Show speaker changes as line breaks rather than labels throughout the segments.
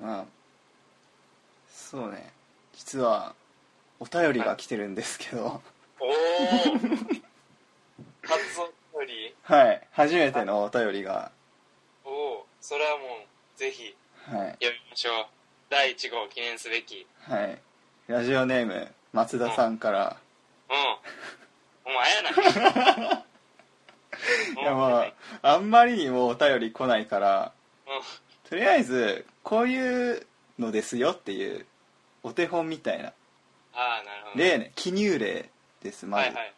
まあそうね実はお便りが来てるんですけ ど
おお初おより
はい初めてのお便りが
おおそれはもうぜひ
はい
読みましょう第1号記念すべき
はいラジオネーム松田さんから
うんお前やな
いやまああんまりにもお便り来ないから
うん
とりあえずこういうのですよっていうお手本みたいな
ああなるほど
例ね記入例ですま
は
ず、
いはい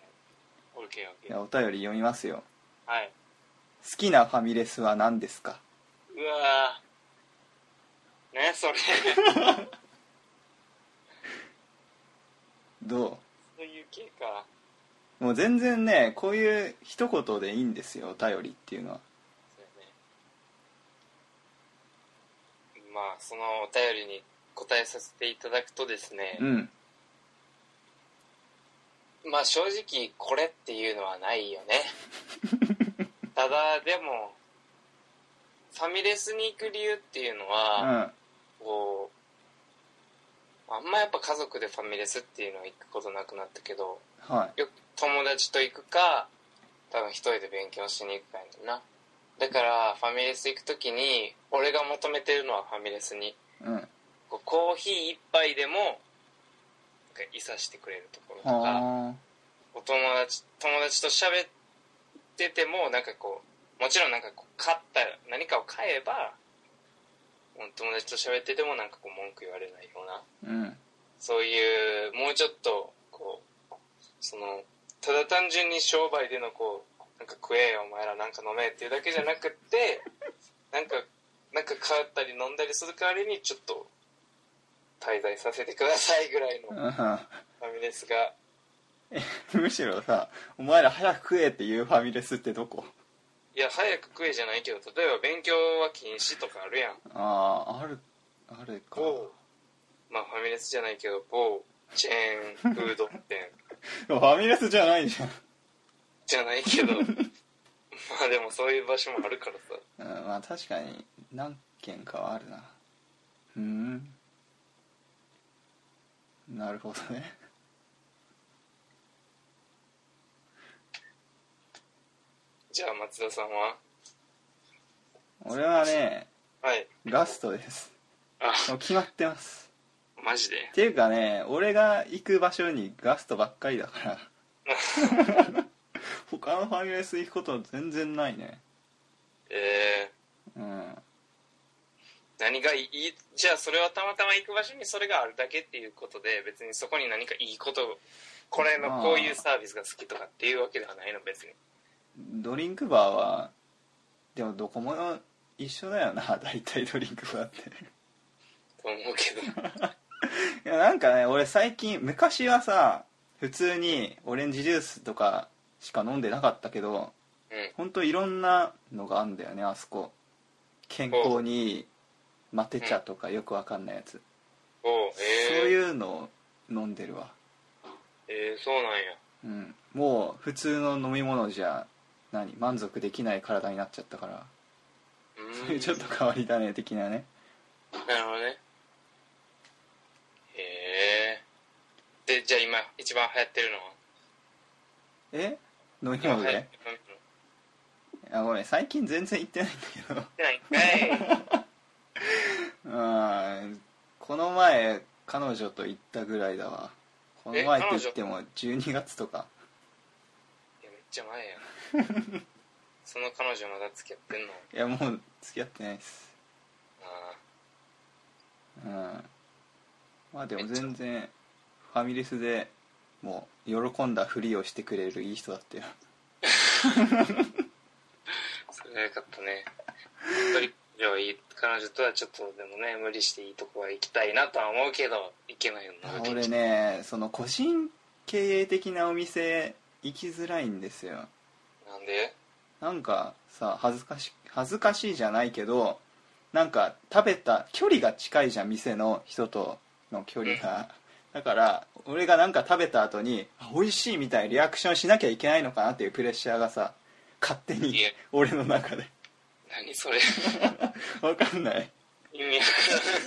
OKOK、
いやお便り読みますよ
はい
好きなファミレスは何ですか
うわーねそれ
ど
そういう系か
うもう全然ねこういう一言でいいんですよお便りっていうのは
そうやねまあそのお便りに答えさせていただくとですね、
うん
まあ正直これっていうのはないよね ただでもファミレスに行く理由っていうの
う
は、
ん
こうあんまやっぱ家族でファミレスっていうのは行くことなくなったけど
は
よく友達と行くか多分一人で勉強しに行くかやねんなだからファミレス行く時に俺が求めてるのはファミレスに
いうん
こうコーヒー一杯でもなんかいさしてくれるところとか
は
お友達友達と喋っててもなんかこうもちろんなんかこう買った何かを買えばうん友達と喋っててもなんかこう文句言われないような
あうん
そういうもうちょっとこうそのただ単純に商売でのこうなんか食えよお前らなんか飲めっていうだけじゃなくって なんかなんか買ったり飲んだりする代わりにちょっと滞在させてくださいぐらいのフ
う
ァミレスが
ん むしろさお前ら早く食えっていうファミレスってどこ
いや早く食えじゃないけど例えば勉強は禁止とかあるやん
あああるあれか
某まあファミレスじゃないけど某チェーンフード店
でもファミレスじゃないじゃん
じゃないけ どまあでもそういう場所もあるからさ
うんまあ確かに何件かはあるなうんなるほどね
じゃあ松田さんは
俺はね
はい
ガストです
あ
もう決まってます
マジで
っていうかね俺が行く場所にガストばっかりだから 他のファミレス行くこと全然ないね
え
うん
ー、何がいいじゃあそれはたまたま行く場所にそれがあるだけっていうことで別にそこに何かいいことこれ
まあ
のこういうサービスが好きとかっていうわけではないの別に
ドリンクバーはでもどこも一緒だよな 大体ドリンクバーって
と思う けど
いやなんかね俺最近昔はさ普通にオレンジジュースとかしか飲んでなかったけど
うん
ほんといろんなのがあんだよねあそこ健康にいいマテ茶とかよくわかんないやつ、
おうえー、
そういうのを飲んでるわ
えー、そうなんや
うんもう普通の飲み物じゃ何満足できない体になっちゃったから
う
そう
ー
いうんちょっと変わり種的なね
なるほどねへえでじゃあ今一番流行ってるのは
え飲み
今
物
流行
で
ってるの
あごめん最近全然行ってないんだけど
ないんかい
うんこの前彼女と行ったぐらいだわこの前って言っても12月とか
いやめっちゃ前やんその彼女まだ付き合ってんの
いやもう付き合ってないです
ああ
うんまあでも全然ファミレスでもう喜んだふりをしてくれるいい人だったよ
それはよかったね一人以上いい彼女とはちょっとでもね無理していいとこは行きたいなとは思うけど行けないよな
俺ねその個人経営的なお店行きづらいんですよ
なんで
なんかさ恥ずかし恥ずかしいじゃないけどなんか食べた距離が近いじゃん店の人との距離が、だから俺がなんか食べた後にあ美味しいみたいなリアクションしなきゃいけないのかなっていうプレッシャーがさ勝手に
いえ
俺の中で
何それ
わかんない
意味わ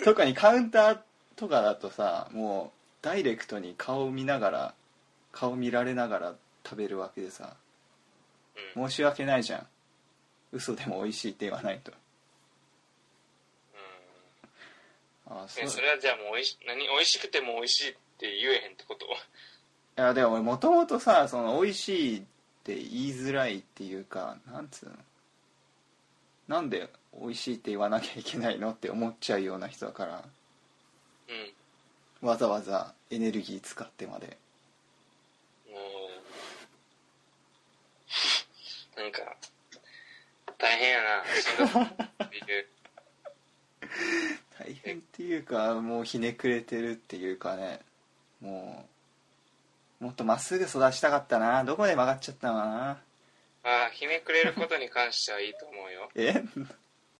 特にカウンターとかだとさもうダイレクトに顔を見ながら顔見られながら食べるわけでさ
うん、うん、
申し訳ないじゃん嘘でも美味しいって言わないとあそう
ね、それはじゃあもうおいし何美味しくても美味しいって言えへんってこと
いやでも俺もともとさその美味しいって言いづらいっていうかなんつうのなんで美味しいって言わなきゃいけないのって思っちゃうような人だから
うん
わざわざエネルギー使ってまで
もうなんか大変やなしんどいっていう
大変っていうかもうひねくれてるっていうかねもうもっとまっすぐ育ちたかったなどこで曲がっちゃったのかな
ああひねくれることに関してはいいと思うよ
え